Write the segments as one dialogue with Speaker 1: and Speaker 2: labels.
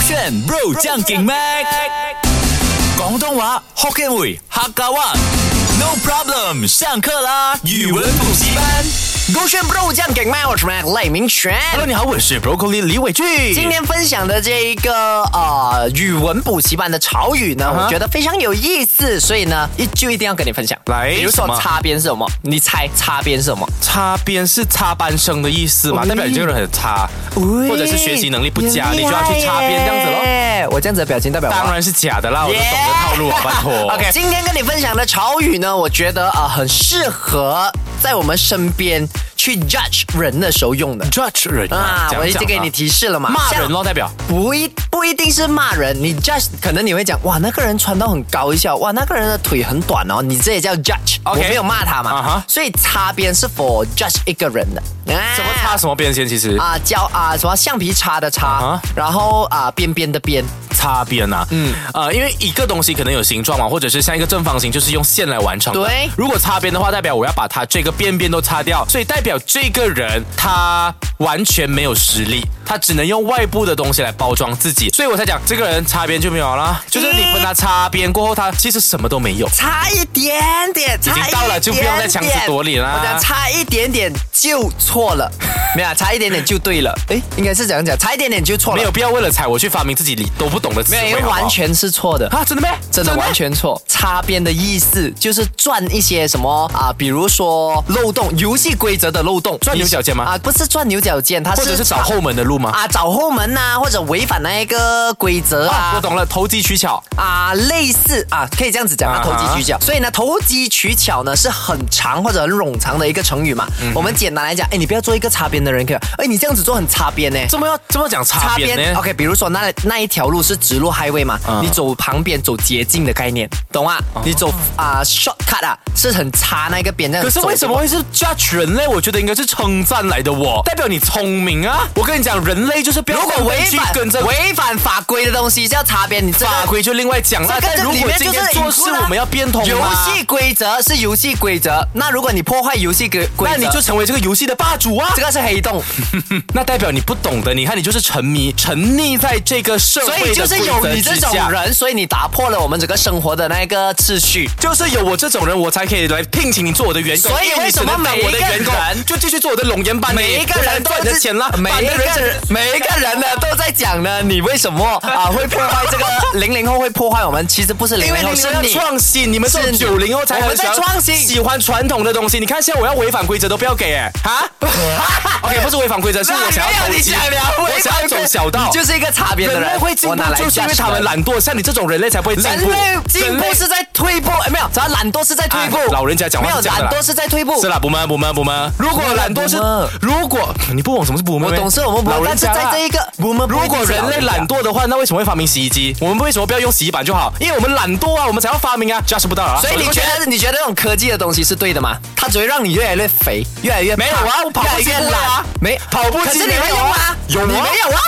Speaker 1: 选 Bro 将劲 Mac，广东话 Hokkien 语客家话。No problem，上课啦！语文补习班。
Speaker 2: 勾选 Bro 酱给麦，我是 Mac 赖明全。
Speaker 1: Hello，你好，我是 Broccoli 李伟俊。
Speaker 2: 今天分享的这一个呃语文补习班的潮语呢
Speaker 1: 啊哈
Speaker 2: 我觉得非常有意思，所以呢一就一定要跟你分享。
Speaker 1: 来
Speaker 2: 比如
Speaker 1: 什
Speaker 2: 说
Speaker 1: 么
Speaker 2: 擦边是什么？你猜擦边是什么？
Speaker 1: 擦边是插班生的意思嘛？
Speaker 2: 喂
Speaker 1: 代表你这个人很差，或者是学习能力不佳，你就要去擦边这样子咯。
Speaker 2: 咯。我这样子的表情代表
Speaker 1: 当
Speaker 2: 我。
Speaker 1: 然是假的啦，我都懂得套路 啊，拜托。
Speaker 2: OK，今天跟你分享的潮语呢，我觉得啊、呃很适合在我们身边去 judge 人的时候用的
Speaker 1: judge 人
Speaker 2: 啊。我已经给你
Speaker 1: 提
Speaker 2: 提示了嘛，
Speaker 1: 骂人
Speaker 2: 像
Speaker 1: 咯，代表
Speaker 2: 不一不一定是骂人，你 judge 可能你会讲哇那个人穿到很高一下，哇那个人的腿很短哦，你这也叫 judge。
Speaker 1: OK
Speaker 2: 我没有骂他嘛
Speaker 1: 啊哈
Speaker 2: 所以擦边是 for judge 一个人的。
Speaker 1: 什么擦什么边先，其实
Speaker 2: 啊？胶啊什么橡皮擦的擦
Speaker 1: 啊哈
Speaker 2: 然后啊边边的边，
Speaker 1: 擦边啊，嗯，呃，因为一个东西可能有形状嘛，或者是像一个正方形，就是用线来完成的。
Speaker 2: 对
Speaker 1: 如果擦边的话，代表我要把它这个边边都擦掉，所以代表这个人他完全没有实力，他只能用外部的东西来包装自己，所以我才讲这个人擦边就没有啦，就是你跟他擦边过后，他其实什么都没有。
Speaker 2: 差一点点，差
Speaker 1: 经
Speaker 2: 一点点
Speaker 1: 到了就不用再强词夺理啦
Speaker 2: 我讲差一点点就错 了，没有啊，差一点点就对了。诶，应该是这样讲，差一点点就错了，
Speaker 1: 没有必要为了踩我去发明自己理都不懂的词
Speaker 2: 没有，
Speaker 1: 汇，
Speaker 2: 因为
Speaker 1: 好不好
Speaker 2: 完全是错的。
Speaker 1: 啊，真的咩？
Speaker 2: 真的
Speaker 1: 咩
Speaker 2: 完全错，擦边的意思就是赚一些什么啊，比如说漏洞，游戏规则的漏洞，
Speaker 1: 钻牛角尖吗
Speaker 2: 啊，不是钻牛角尖，它是
Speaker 1: 或者是找后门的路吗？
Speaker 2: 啊找后门呐、或者违反那一个规则
Speaker 1: 啊，我
Speaker 2: 啊。
Speaker 1: 懂了，投机取巧。
Speaker 2: 啊，类似啊，可以这样子讲啊，
Speaker 1: 啊
Speaker 2: 投
Speaker 1: 哈
Speaker 2: 机取巧。所以呢，投机取巧呢是很长或者很冗长的一个成语嘛。
Speaker 1: 嗯
Speaker 2: 我们简单来讲，哎，你不要做一个擦边的人，可以吧？哎，你这样子做很擦边呢。
Speaker 1: 这么要这么讲擦
Speaker 2: 擦
Speaker 1: 边
Speaker 2: 边
Speaker 1: 呢？
Speaker 2: ，OK，比如说那那一条路是直路 highway 嘛，
Speaker 1: 嗯哦
Speaker 2: 你走旁边走捷径的概念，懂啊？你走啊、shortcut 啊，是很擦那个边这样
Speaker 1: 可是
Speaker 2: 走
Speaker 1: 为什么会是 judge 人类？我觉得应该是称赞来的我，代表你聪明啊！我跟你讲，人类就是不要
Speaker 2: 如果
Speaker 1: 跟
Speaker 2: 违
Speaker 1: 去
Speaker 2: 反
Speaker 1: 跟着
Speaker 2: 违反法规的东西叫擦边，你这个
Speaker 1: 法规就另外讲了。
Speaker 2: 这
Speaker 1: 但
Speaker 2: 个
Speaker 1: 如
Speaker 2: 里
Speaker 1: 果
Speaker 2: 面
Speaker 1: 今
Speaker 2: 就是
Speaker 1: 天做事，
Speaker 2: include 啊
Speaker 1: 我们要变通
Speaker 2: 游
Speaker 1: 吗
Speaker 2: 戏，规则是游戏规则，那如果你破坏游戏规规
Speaker 1: 那
Speaker 2: 则，
Speaker 1: 你就成为这个游戏的霸主啊
Speaker 2: 这！个是黑洞，
Speaker 1: 那代表你不懂的，你看你就是沉迷、沉溺在 这个社
Speaker 2: 所
Speaker 1: 会
Speaker 2: 以就
Speaker 1: 的
Speaker 2: 是
Speaker 1: 规
Speaker 2: 有
Speaker 1: 则
Speaker 2: 你这
Speaker 1: 之
Speaker 2: 种
Speaker 1: 下。
Speaker 2: 人，所以你打破了我们整个生活的那个秩序。
Speaker 1: 就是有我这种人，我才可以来聘请你做我的员工。
Speaker 2: 所以
Speaker 1: 因你
Speaker 2: 为什么
Speaker 1: 只能当
Speaker 2: 每一
Speaker 1: 我的
Speaker 2: 个
Speaker 1: 员工
Speaker 2: 人
Speaker 1: 就继续做我的龙岩班？
Speaker 2: 每一个人都
Speaker 1: 赚你的
Speaker 2: 是
Speaker 1: 钱啦，
Speaker 2: 每一
Speaker 1: 班的
Speaker 2: 个 人每一个人呢都在讲呢，你为什么啊会破坏 这个零零后会破坏我们？其实不是零
Speaker 1: 因为
Speaker 2: 零后，
Speaker 1: 你
Speaker 2: 是
Speaker 1: 们要
Speaker 2: 你。
Speaker 1: 创新，你们这种
Speaker 2: 是
Speaker 1: 九零后才
Speaker 2: 我
Speaker 1: 很
Speaker 2: 们在
Speaker 1: 喜欢
Speaker 2: 创新
Speaker 1: 喜欢传统的东西。你看现在我要违反规则都不要给哎、哈，OK，不是违反规则，是我想要
Speaker 2: 没有
Speaker 1: 投
Speaker 2: 你
Speaker 1: 机
Speaker 2: 想聊，
Speaker 1: 我想要走小道
Speaker 2: 你。就是一个擦边的
Speaker 1: 人类
Speaker 2: 人。
Speaker 1: 会进
Speaker 2: 我
Speaker 1: 步
Speaker 2: 拿，来
Speaker 1: 就是因为他们
Speaker 2: judge
Speaker 1: 懒惰，像你这种人类才不会进
Speaker 2: 人。
Speaker 1: 步。
Speaker 2: 人类进步是在退步，哎没有，只要懒惰是在退步
Speaker 1: 哎。老人家讲话
Speaker 2: 没有
Speaker 1: 是这样的啦
Speaker 2: 懒惰是在退步
Speaker 1: 是。啦，不闷不闷不闷。如果懒惰是
Speaker 2: boomer，
Speaker 1: 如果你不懂什么是不闷，
Speaker 2: 我懂是我们不
Speaker 1: 老人
Speaker 2: 但是
Speaker 1: 家啦啊
Speaker 2: 在这一个我们不一
Speaker 1: 如
Speaker 2: 定
Speaker 1: 果
Speaker 2: 是
Speaker 1: 人
Speaker 2: 老
Speaker 1: 类
Speaker 2: 人家
Speaker 1: 懒惰的话，那为什么会发明洗衣机？我们为什么不要用洗衣板就好？因为我们懒惰啊，我们才要发明啊，judge 不到啊。
Speaker 2: 所以你觉得你觉得那种科技的东西是对的吗？它只会让你越来越肥，越来越
Speaker 1: 没有啊
Speaker 2: 胖
Speaker 1: 我跑步机
Speaker 2: 越来
Speaker 1: 不
Speaker 2: 越
Speaker 1: 会
Speaker 2: 懒
Speaker 1: 啊
Speaker 2: 没
Speaker 1: 跑步
Speaker 2: 可
Speaker 1: 机
Speaker 2: 是你
Speaker 1: 没
Speaker 2: 没
Speaker 1: 有
Speaker 2: 有啊
Speaker 1: 啊，有啊
Speaker 2: 你没有啊，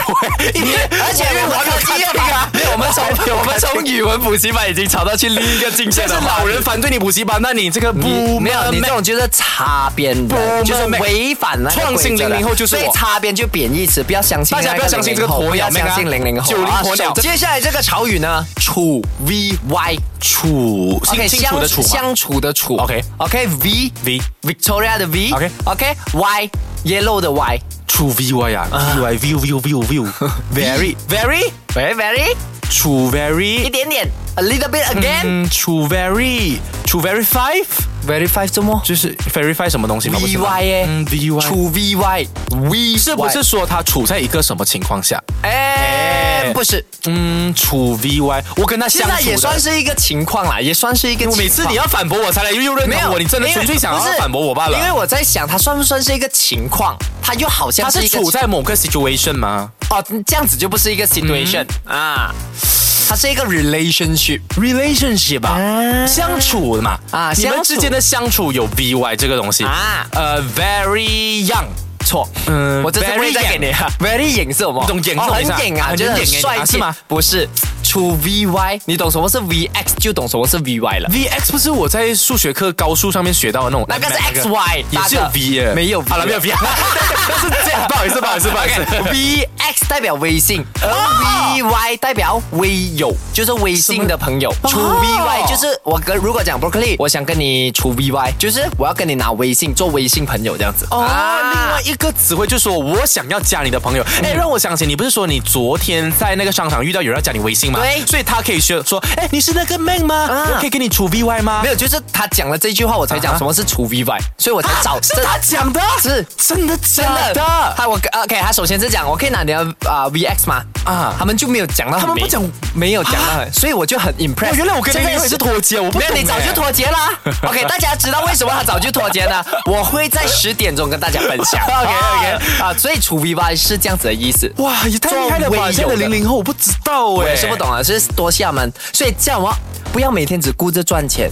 Speaker 1: 你
Speaker 2: 而且 我们科技越
Speaker 1: 啊
Speaker 2: 发，没有，我们 从我们从语文补习班已经吵到去另一个境界
Speaker 1: 现
Speaker 2: 了
Speaker 1: 在。是老人反对你补习班，那你这个
Speaker 2: 你
Speaker 1: 不
Speaker 2: 没有，你这种就是擦边的，
Speaker 1: Boomer
Speaker 2: 就是违反那个
Speaker 1: 创新
Speaker 2: 规则的
Speaker 1: 零零后就是我
Speaker 2: 所以擦边就贬义词，不要相信
Speaker 1: 大家不要相信这个鸵鸟
Speaker 2: 不要相信
Speaker 1: 妹啊
Speaker 2: 零零后
Speaker 1: 90
Speaker 2: 啊
Speaker 1: 鸵鸟
Speaker 2: 接下来这个潮语呢，处 V Y
Speaker 1: 处清清楚的处嘛
Speaker 2: 相处的处
Speaker 1: OK
Speaker 2: OK V
Speaker 1: V
Speaker 2: Victoria 的 V
Speaker 1: OK
Speaker 2: OK Y Yellow 的 Y
Speaker 1: 处 V Y 啊，V Y view view view view very
Speaker 2: very very very
Speaker 1: 处
Speaker 2: 一
Speaker 1: very
Speaker 2: 点点 a little bit again
Speaker 1: 嗯处 very 处 verify
Speaker 2: verify 什么
Speaker 1: 就是 verify 什么东西嘛
Speaker 2: V
Speaker 1: 不是吗
Speaker 2: Y 耶
Speaker 1: 嗯 V Y
Speaker 2: 处 V Y V
Speaker 1: 是不是说他处在一个什么情况下？
Speaker 2: 哎
Speaker 1: 哎
Speaker 2: 不是
Speaker 1: 嗯，处 V Y，我跟他
Speaker 2: 现
Speaker 1: 相
Speaker 2: 在
Speaker 1: 处
Speaker 2: 也算
Speaker 1: 的。
Speaker 2: 是一个情况啦，也算是一个情
Speaker 1: 我
Speaker 2: 况。
Speaker 1: 每次你要反驳我才来又认
Speaker 2: 没
Speaker 1: 同
Speaker 2: 有
Speaker 1: 我，你真的
Speaker 2: 因为
Speaker 1: 纯粹想
Speaker 2: 不
Speaker 1: 要
Speaker 2: 是
Speaker 1: 反驳我罢了
Speaker 2: 因。为我在想，它算不算是一个情况？它又好像
Speaker 1: 他
Speaker 2: 是
Speaker 1: 是
Speaker 2: 一个
Speaker 1: 处在某个 situation 吗
Speaker 2: 哦，这样子就不是一个 situation、啊，
Speaker 1: 嗯
Speaker 2: 它是一个 relationship。
Speaker 1: ？relationship 吧，相处的嘛
Speaker 2: 啊
Speaker 1: 你
Speaker 2: 相
Speaker 1: 们
Speaker 2: 处
Speaker 1: 之间的相处有 V Y 这个东西
Speaker 2: 啊
Speaker 1: 呃，very young，
Speaker 2: 错，
Speaker 1: 嗯
Speaker 2: 我这次不会再给你啊。Very 影是什么？
Speaker 1: 你懂影是什么意思啊
Speaker 2: 很影啊，
Speaker 1: 很
Speaker 2: 就是很
Speaker 1: 影欸
Speaker 2: 帅
Speaker 1: 啊
Speaker 2: 气
Speaker 1: 是吗？
Speaker 2: 不是，处出 VY，你懂什么是 VX 就懂什么是 VY 了。
Speaker 1: VX 不是我在数学课高数上面学到的那种，
Speaker 2: 那个是 XY，
Speaker 1: 也是有
Speaker 2: 大哥
Speaker 1: V 耶，
Speaker 2: 没有 V 啊
Speaker 1: 好了，没有 V，那是这样，不好意思，不好意思，不好意思。哦
Speaker 2: VX 代表微信，而 VY 代表微友，就是微信的朋友。出
Speaker 1: 哦
Speaker 2: VY 就是我跟如果讲 broccoli，我想跟你出 VY，就是我要跟你拿微信做微信朋友这样子。
Speaker 1: 哦，
Speaker 2: 啊嗯
Speaker 1: 另外一个词汇就是说我想要加你的朋友，哎，让我想起你不是说你昨天在那个商场遇到有人要加你微信吗？
Speaker 2: 对
Speaker 1: 所以他可以说说，哎，你是那个 man 吗？
Speaker 2: 啊
Speaker 1: 我可以跟你出 V Y 吗
Speaker 2: 没？有，就是他讲了这句话，我才讲什么是除 V Y，所以我才找
Speaker 1: 啊是他讲的，
Speaker 2: 是
Speaker 1: 真的
Speaker 2: 真
Speaker 1: 假
Speaker 2: 的
Speaker 1: 的？
Speaker 2: 他我 OK，他首先是讲我可以拿你的啊、V X 吗？
Speaker 1: 啊
Speaker 2: 啊，他们就没有讲到很明，
Speaker 1: 他们不讲
Speaker 2: 没有讲到很，所以我就很 impressed。
Speaker 1: 哦原来我跟
Speaker 2: 这
Speaker 1: 那
Speaker 2: 个
Speaker 1: 个人是
Speaker 2: 是
Speaker 1: 脱节，我不
Speaker 2: 没有，
Speaker 1: 懂
Speaker 2: 你早
Speaker 1: 哎
Speaker 2: 就脱节 啦。OK，大家知道为什么他早就脱节呢？我会在十点钟跟大家分享。
Speaker 1: OK，OK
Speaker 2: 啊，所以除 V Y 是这样子的意思。
Speaker 1: 哇，也太厉害了
Speaker 2: 作
Speaker 1: 吧！
Speaker 2: 为
Speaker 1: 现在的
Speaker 2: 有的
Speaker 1: 零零后我不知道哎，
Speaker 2: 我也是不懂啊，是多厦门，所以叫我不要每天只顾着赚钱，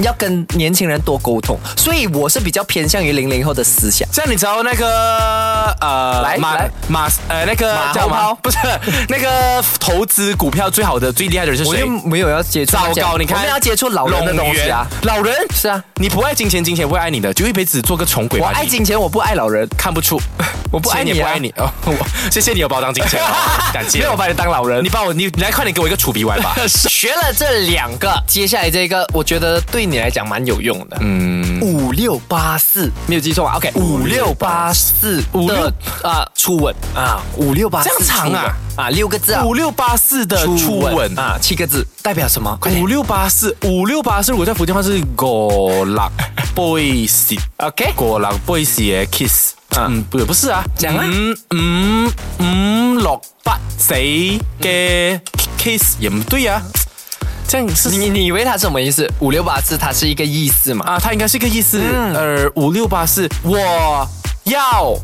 Speaker 2: 要跟年轻人多沟通。所以我是比较偏向于零零后的思想。
Speaker 1: 像你知道那个呃
Speaker 2: 来
Speaker 1: 马
Speaker 2: 来
Speaker 1: 马呃那个
Speaker 2: 马后
Speaker 1: 叫什么
Speaker 2: 炮
Speaker 1: 不是 那个投资股票最好的最厉害的人是
Speaker 2: 我
Speaker 1: 谁
Speaker 2: 就？没有要接触那
Speaker 1: 糟
Speaker 2: 些，
Speaker 1: 糕，你看
Speaker 2: 我们要接触老人的东西啊。
Speaker 1: 老人
Speaker 2: 是啊，
Speaker 1: 你不爱金钱，金钱不会爱你的，就一辈子做个穷鬼
Speaker 2: 我
Speaker 1: 吧。
Speaker 2: 爱
Speaker 1: 你
Speaker 2: 金钱，我不爱老人。
Speaker 1: 看不出，
Speaker 2: 我不爱
Speaker 1: 钱
Speaker 2: 你啊
Speaker 1: 也不爱你哦。我谢谢你有把我当金钱哦，感谢。
Speaker 2: 没有把你当老人
Speaker 1: 你把我你你来快点给我一个楚鼻 歪吧。
Speaker 2: 学了这两个，接下来这个我觉得对你来讲蛮有用的。嗯，五六八四没有记错吧？OK，五六八四
Speaker 1: 五
Speaker 2: 五
Speaker 1: 六
Speaker 2: 六啊初吻啊，五六八四
Speaker 1: 这样长啊
Speaker 2: 初吻啊六个字啊，
Speaker 1: 五六八四的初吻。
Speaker 2: 啊七个字代表什么？快 点
Speaker 1: 五六八四，五六八四，如果在福建话是五六八四
Speaker 2: ，OK。
Speaker 1: 五六八四的 kiss。嗯，不也不是啊，
Speaker 2: 讲啊
Speaker 1: 五五五嗯六八四嘅 kiss 也不对啊，这样是
Speaker 2: 你你以为它是什么意思？五六八四它是一个意思嘛？
Speaker 1: 啊，它应该是一个意思。
Speaker 2: 嗯
Speaker 1: 呃，五六八四，我要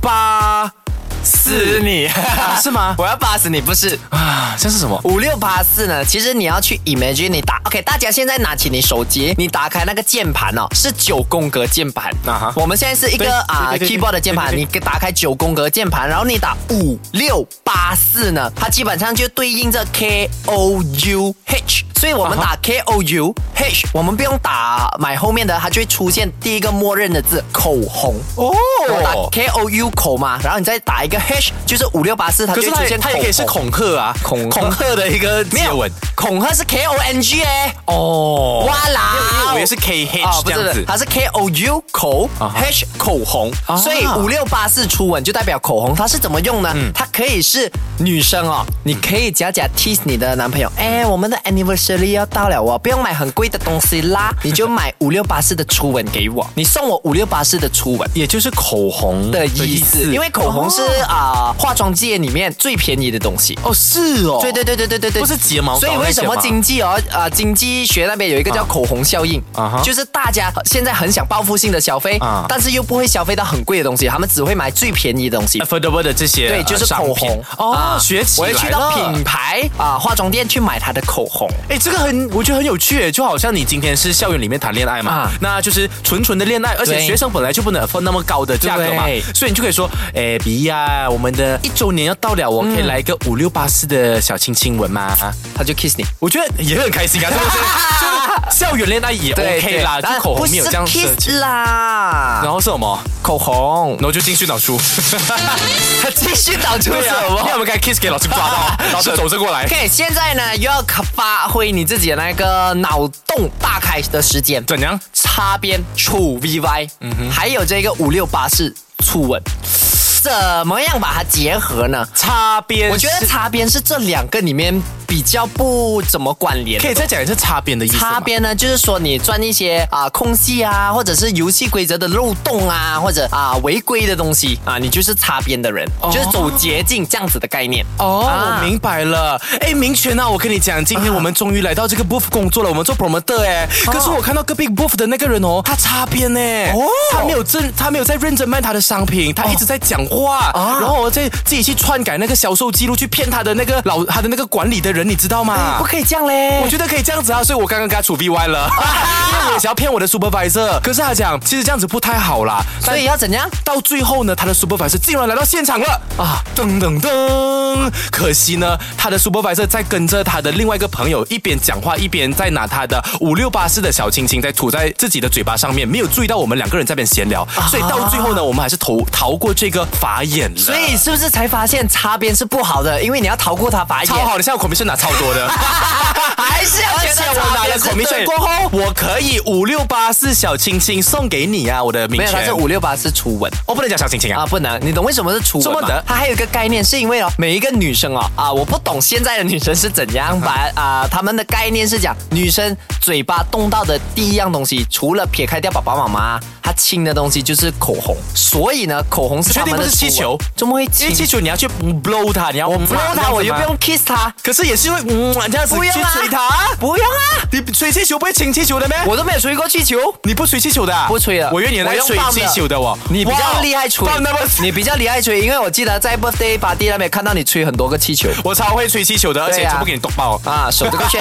Speaker 1: 八
Speaker 2: 嗯 是你
Speaker 1: 啊是吗？
Speaker 2: 我要八死你不是？
Speaker 1: 啊，这是什么？
Speaker 2: 五六八四呢？其实你要去 imagine 你打 OK，大家现在拿起你手机，你打开那个键盘哦，是九宫格键盘。
Speaker 1: 啊哈
Speaker 2: 我们现在是一
Speaker 1: 对
Speaker 2: 个啊
Speaker 1: 对对对
Speaker 2: keyboard 的键盘，
Speaker 1: 对对
Speaker 2: 你给打开九宫格键盘，然后你打五六八四呢，它基本上就对应着 K O U H，所以我们
Speaker 1: 啊
Speaker 2: 打 K O U H，我们不用打买后面的，它就会出现第一个默认的字口红。
Speaker 1: 哦
Speaker 2: 我打 K O U 口嘛，然后你再打一个 H，就是五六八四，它
Speaker 1: 可
Speaker 2: 就
Speaker 1: 是它
Speaker 2: 会出
Speaker 1: 也
Speaker 2: 现
Speaker 1: 它也可以是
Speaker 2: 口红
Speaker 1: 恐吓啊，
Speaker 2: 恐吓
Speaker 1: 恐吓的一个接吻
Speaker 2: 恐吓是 K O N G 哎，
Speaker 1: 哦。
Speaker 2: 哇
Speaker 1: 因为
Speaker 2: 啦！
Speaker 1: 我以为是 K
Speaker 2: 哦
Speaker 1: H，
Speaker 2: 不
Speaker 1: 这样
Speaker 2: 是，
Speaker 1: 子。
Speaker 2: 它是 K O U 口
Speaker 1: 啊哈
Speaker 2: H 口红
Speaker 1: 啊，
Speaker 2: 所以五六八四初吻就代表口红，它是怎么用呢？
Speaker 1: 嗯
Speaker 2: 它可以是女生哦，你可以假假 tease 你的男朋友，哎，我们的 anniversary 要到了哦，不用买很贵的东西啦， 你就买五六八四的初吻给我，你送我五六八四的初吻。
Speaker 1: 也就是口红
Speaker 2: 的意思，因为口红是啊、化妆界里面最便宜的东西。
Speaker 1: 哦是哦，
Speaker 2: 对对对对对对对，
Speaker 1: 不是睫毛膏
Speaker 2: 所以为什么
Speaker 1: 那些吗
Speaker 2: 经济哦啊、经济学那边有一个叫口红效应，
Speaker 1: 啊哈
Speaker 2: 就是大家现在很想报复性的消费，
Speaker 1: 啊
Speaker 2: 但是又不会消费到很贵的东西，他们只会买最便宜的东西。
Speaker 1: affordable 的这些
Speaker 2: 对，
Speaker 1: 呃
Speaker 2: 就是
Speaker 1: 商
Speaker 2: 口
Speaker 1: 品
Speaker 2: 红
Speaker 1: 哦
Speaker 2: 啊，
Speaker 1: 学起
Speaker 2: 我
Speaker 1: 来
Speaker 2: 会
Speaker 1: 了。
Speaker 2: 去到品牌啊、化妆店去买它的口红。
Speaker 1: 哎，这个很，我觉得很有趣耶，哎就好像你今天是校园里面谈恋爱嘛，
Speaker 2: 啊
Speaker 1: 那就是纯纯的恋爱，而且
Speaker 2: 对
Speaker 1: 学生本来就不能 afford 那么高的价格嘛
Speaker 2: 对，
Speaker 1: 所以你就可以说，哎，比呀，我们的一周年要到了，我可以
Speaker 2: 嗯
Speaker 1: 来一个五六八四的小亲亲吻吗？
Speaker 2: 他就 kiss 你
Speaker 1: 我觉得也很开心啊，对不对？就是校园恋爱也 OK 啦，就
Speaker 2: 但
Speaker 1: 口红没有这样
Speaker 2: 不是
Speaker 1: 奢求
Speaker 2: kiss 啦
Speaker 1: 然，后是什么？
Speaker 2: 口红
Speaker 1: 然，后就进去脑 出，
Speaker 2: 啊继续导出
Speaker 1: 对
Speaker 2: 什
Speaker 1: 啊，
Speaker 2: 么
Speaker 1: 因为？我们刚才 kiss 给老师抓 到，老师走着过来。
Speaker 2: OK，现在呢又要发挥你自己的那个脑洞大开的时间，
Speaker 1: 怎样？
Speaker 2: 擦边触 VY，嗯哼，还有这个五六八是初吻，怎么样把它结合呢？
Speaker 1: 擦边是，
Speaker 2: 我觉得擦边是这两个里面比较不怎么关联
Speaker 1: 可。以再讲一次擦边的意思吗
Speaker 2: 擦边呢，就是说你钻一些啊、空隙啊，或者是游戏规则的漏洞啊，或者啊、违规的东西啊，你就是擦边的人，就是走捷径这样子的概念。
Speaker 1: 哦，
Speaker 2: 啊
Speaker 1: 我明白了。哎，明权啊，我跟你讲，今天我们终于来到这个 booth 工作了，我们做 promoter 哎。可是我看到隔壁 booth 的那个人哦，他擦边呢，
Speaker 2: 哦
Speaker 1: 他没有正，他没有在认真卖他的商品，他一直在讲话，
Speaker 2: 啊
Speaker 1: 然后我再自己去篡改那个销售记录，去骗他的那个老他的那个管理的人，你知道吗？
Speaker 2: 哎不可以这样嘞。
Speaker 1: 啊我觉得可以这样子啊，所以我刚刚给他处 VY 了，因为我也想要骗我的 supervisor，可是他讲其实这样子不太好啦，
Speaker 2: 所以要怎样？
Speaker 1: 到最后呢，他的 supervisor 竟然来到现场了啊！噔噔噔！可惜呢，他的 supervisor 在跟着他的另外一个朋友一边讲话，一边在拿他的五六八四的小亲亲在吐在自己的嘴巴上面，没有注意到我们两个人在那边闲聊，所以到最后呢，我们还是逃逃过这个法眼了。
Speaker 2: 所以是不是才发现擦边是不好的？因为你要逃过他法眼
Speaker 1: 超，好的，像我 commission 拿超多的。
Speaker 2: 还是要
Speaker 1: 而
Speaker 2: 觉
Speaker 1: 且
Speaker 2: 得
Speaker 1: 我拿了
Speaker 2: 擦边是
Speaker 1: commission
Speaker 2: 对
Speaker 1: 哎过后，我可以五六八四小亲亲送给你啊，我的名
Speaker 2: 没有，他
Speaker 1: 权。
Speaker 2: 是五六八是初吻。
Speaker 1: 我不能讲小亲亲啊
Speaker 2: 啊，。不能，你懂为什么是初吻
Speaker 1: 怎么
Speaker 2: 吗
Speaker 1: 的？
Speaker 2: 它还有一个概念，是因为哦，每一个女生哦，啊，我不懂现在的女生是怎样把啊，她们的概念是讲女生嘴巴动到的第一样东西，除了撇开掉爸爸妈妈，她亲的东西就是口红，所以呢，口红是
Speaker 1: 确
Speaker 2: 她
Speaker 1: 定
Speaker 2: 们的
Speaker 1: 不是气
Speaker 2: 初
Speaker 1: 球
Speaker 2: 吻怎么会亲
Speaker 1: 因为？气球你要去 blow 它，你要我
Speaker 2: 不用它，我就
Speaker 1: 啊
Speaker 2: 不用 kiss 它，
Speaker 1: 可是也是会嗯这样子
Speaker 2: 不
Speaker 1: 去
Speaker 2: 用啊
Speaker 1: 吹它，
Speaker 2: 不用啊，
Speaker 1: 你吹气球不会亲气球的咩？
Speaker 2: 我都没有吹过气球。
Speaker 1: 你不吹气球的、啊？
Speaker 2: 不吹了，
Speaker 1: 我以为你在
Speaker 2: 用
Speaker 1: 吹
Speaker 2: 棒
Speaker 1: 气球的哦。
Speaker 2: 你比较厉害吹
Speaker 1: 哇，那么
Speaker 2: 你比较厉害吹，因为我记得在 birthday party 那边看到你吹很多个气球
Speaker 1: 我超会吹气球的，而且
Speaker 2: 对啊
Speaker 1: 全部给你抖爆。
Speaker 2: 啊，手这个圈。